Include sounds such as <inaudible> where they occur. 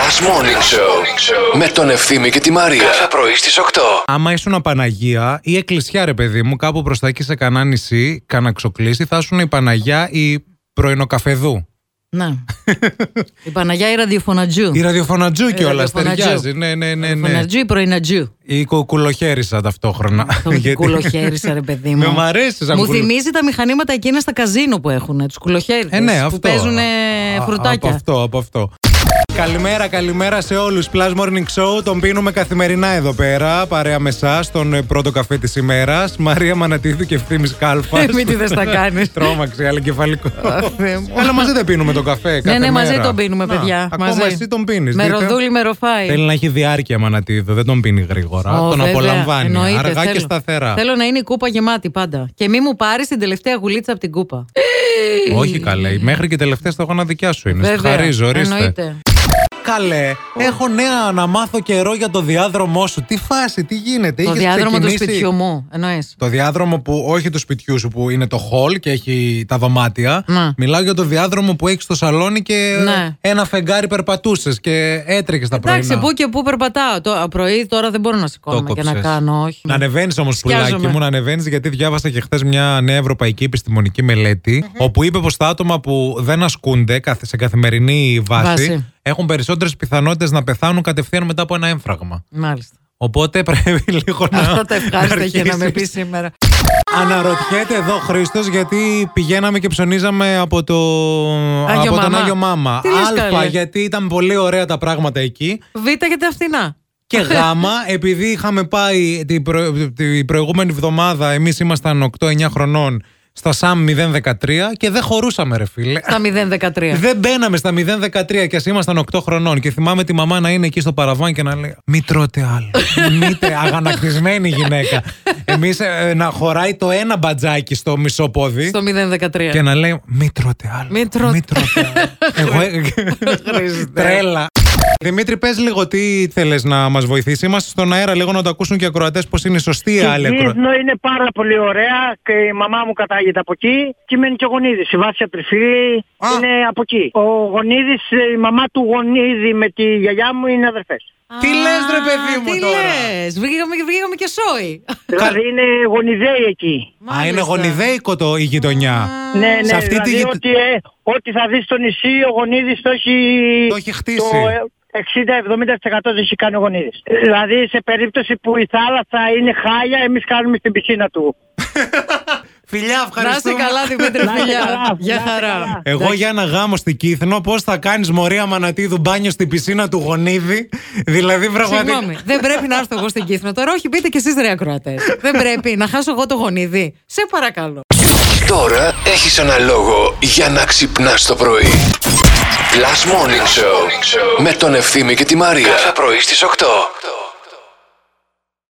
Last Morning Show με τον Ευθύμη και τη Μαρία. Κάθε πρωί στις 8. Άμα ήσουν Παναγία ή Εκκλησιά, ρε παιδί μου, κάπου προ τα εκεί σε κανένα νησί, κανένα ξοκλήσι, θα ήσουν η Παναγιά ή πρωινοκαφεδού. Ναι. η Παναγιά η ραδιοφωνατζού. Η ραδιοφωνατζού κιόλας ραδιοφωνατζού. ταιριάζει. Ναι, ναι, ναι. ναι. Φωνατζού ή πρωινατζού. Ή κουκουλοχέρισα ταυτόχρονα. <laughs> Τον κουλοχέρισα, ρε παιδί μου. Με μ' αρέσει σαν Μου κουλο- θυμίζει τα μηχανήματα εκείνα στα καζίνο που έχουν, του κουλοχέριτε. Ε, ναι, αυτό. Που παίζουν Α, Από φρουτάκια. αυτό, από αυτό. Καλημέρα, καλημέρα σε όλους. Plus Morning Show τον πίνουμε καθημερινά εδώ πέρα. Παρέα με εσάς, τον ε, πρώτο καφέ της ημέρας. Μαρία Μανατίδου και ευθύνη Κάλφας. Ε, Μην τη δες τα <laughs> κάνεις. Τρόμαξε, αλλά κεφαλικό. Αχ, Θεέ μου. Αλλά μαζί δεν πίνουμε τον καφέ. Ναι, κάθε ναι, μαζί μέρα. τον πίνουμε, Να, παιδιά. Ακόμα μαζί. εσύ τον πίνεις. Με ροδούλη, με Θέλει ροφάει. να έχει διάρκεια Μανατίδου, δεν τον πίνει γρήγορα. Ω, τον βέβαια, απολαμβάνει. εννοείται, αργά και θέλω. σταθερά. Θέλω να είναι η κούπα γεμάτη πάντα. Και μη μου πάρεις την τελευταία γουλίτσα από την κούπα. Όχι καλέ. Μέχρι και τελευταία σταγόνα δικιά σου είναι. Βέβαια. Χαρίζω, ορίστε. Εννοείται. Καλέ, έχω νέα να μάθω καιρό για το διάδρομό σου. Τι φάση, τι γίνεται, Το είχες διάδρομο του ξεκινήσει- σπιτιού μου, εννοείς. Το διάδρομο που, όχι του σπιτιού σου, που είναι το hall και έχει τα δωμάτια. Ναι. Μιλάω για το διάδρομο που έχεις στο σαλόνι και Ναι. ένα φεγγάρι περπατούσες και έτρεχες τα πρωινά. Εντάξει, πού και πού περπατάω. Το α, πρωί τώρα δεν μπορώ να σηκώνομαι και να κόψες. κάνω, όχι. Να ανεβαίνεις όμως, Σκιάζομαι. πουλάκι μου, να ανεβαίνεις, γιατί διάβασα και χθες μια νέα ευρωπαϊκή επιστημονική μελέτη, όπου είπε πως τα άτομα που δεν ασκούνται καθ- σε καθημερινή βάση, Βάση. έχουν περισσότερες πιθανότητες να πεθάνουν κατευθείαν μετά από ένα έμφραγμα. Μάλιστα. Οπότε <laughs> πρέπει λίγο <laughs> να. Αυτά τα ευχάριστα είχε να με αρχίσεις. πει σήμερα. Αναρωτιέται εδώ Χρήστος γιατί πηγαίναμε και ψωνίζαμε από, το... Άγιο από τον Μάμα. Άγιο Μάμα. Τι λες, Α, καλέ. γιατί ήταν πολύ ωραία τα πράγματα εκεί. Β για τα φτηνά. Και γάμα, επειδή είχαμε πάει την, προ- την προηγούμενη εβδομάδα, εμείς ήμασταν 8-9 χρονών στα ΣΑΜ 013 και δεν χωρούσαμε, ρε φίλε. Στα 013. Δεν μπαίναμε στα 013 και ας ήμασταν 8 χρονών. Και θυμάμαι τη μαμά να είναι εκεί στο παραβάν και να λέει: Μη τρώτε άλλο. Μήτε, αγανακτισμένη γυναίκα. Εμείς να χωράει το ένα μπατζάκι στο μισό πόδι Στο 013. και να λέει: Μη τρώτε άλλο. Μη τρώτε». άλλο». Εγώ. Χριστέ. Τρέλα. Δημήτρη, πες λίγο τι θέλεις να μας βοηθήσει. Είμαστε στον αέρα λίγο να το ακούσουν και οι ακροατές πώ είναι η σωστή η άλλη Η ακροα- Γύθνο είναι πάρα πολύ ωραία και η μαμά μου κατάγεται από εκεί και μένει και ο Γονίδης. Η Βάσια Τριφίλη Α. είναι από εκεί. Ο Γονίδης, ε, η μαμά του Γονίδη με τη γιαγιά μου είναι αδερφές. Τι λες, ρε παιδί μου τι τώρα. λες. Βγήκαμε, βγήκαμε και σόι. δηλαδή είναι γονιδέοι εκεί. Α, είναι Μάλιστα. γονιδέικο το η γειτονιά. Ναι, ναι, σε αυτή τη δηλαδή γη- ότι, ε, ό,τι θα δεις στο νησί ο Γονίδης το έχει... Το έχει χτίσει. Το ε, 60-70% το έχει κάνει ο Γονίδης. Δηλαδή σε περίπτωση που η θάλασσα είναι χάλια, εμείς κάνουμε στην πισίνα του. Φιλιά, Να ευχαριστούμε. είσαι καλά, Δημήτρη, Να είσαι φιλιά. καλά, Για να είσαι χαρά. καλά. Εγώ για ένα γάμο στην Κύθνο, πώς θα κάνεις Μωρία Μανατίδου μπάνιο στην πισίνα του γονίδι. Δηλαδή, πραγματικά. Συγγνώμη, δεν πρέπει να έρθω εγώ στην Κύθνο τώρα. Όχι, πείτε κι εσείς ρε ακροατές. Δεν πρέπει να χάσω εγώ το γονιδί. Σε παρακαλώ. Τώρα έχεις ένα λόγο για να ξυπνάς το πρωί. Last Morning Show με τον Ευθύμη και τη Μαρία. Κάθε πρωί στις 8.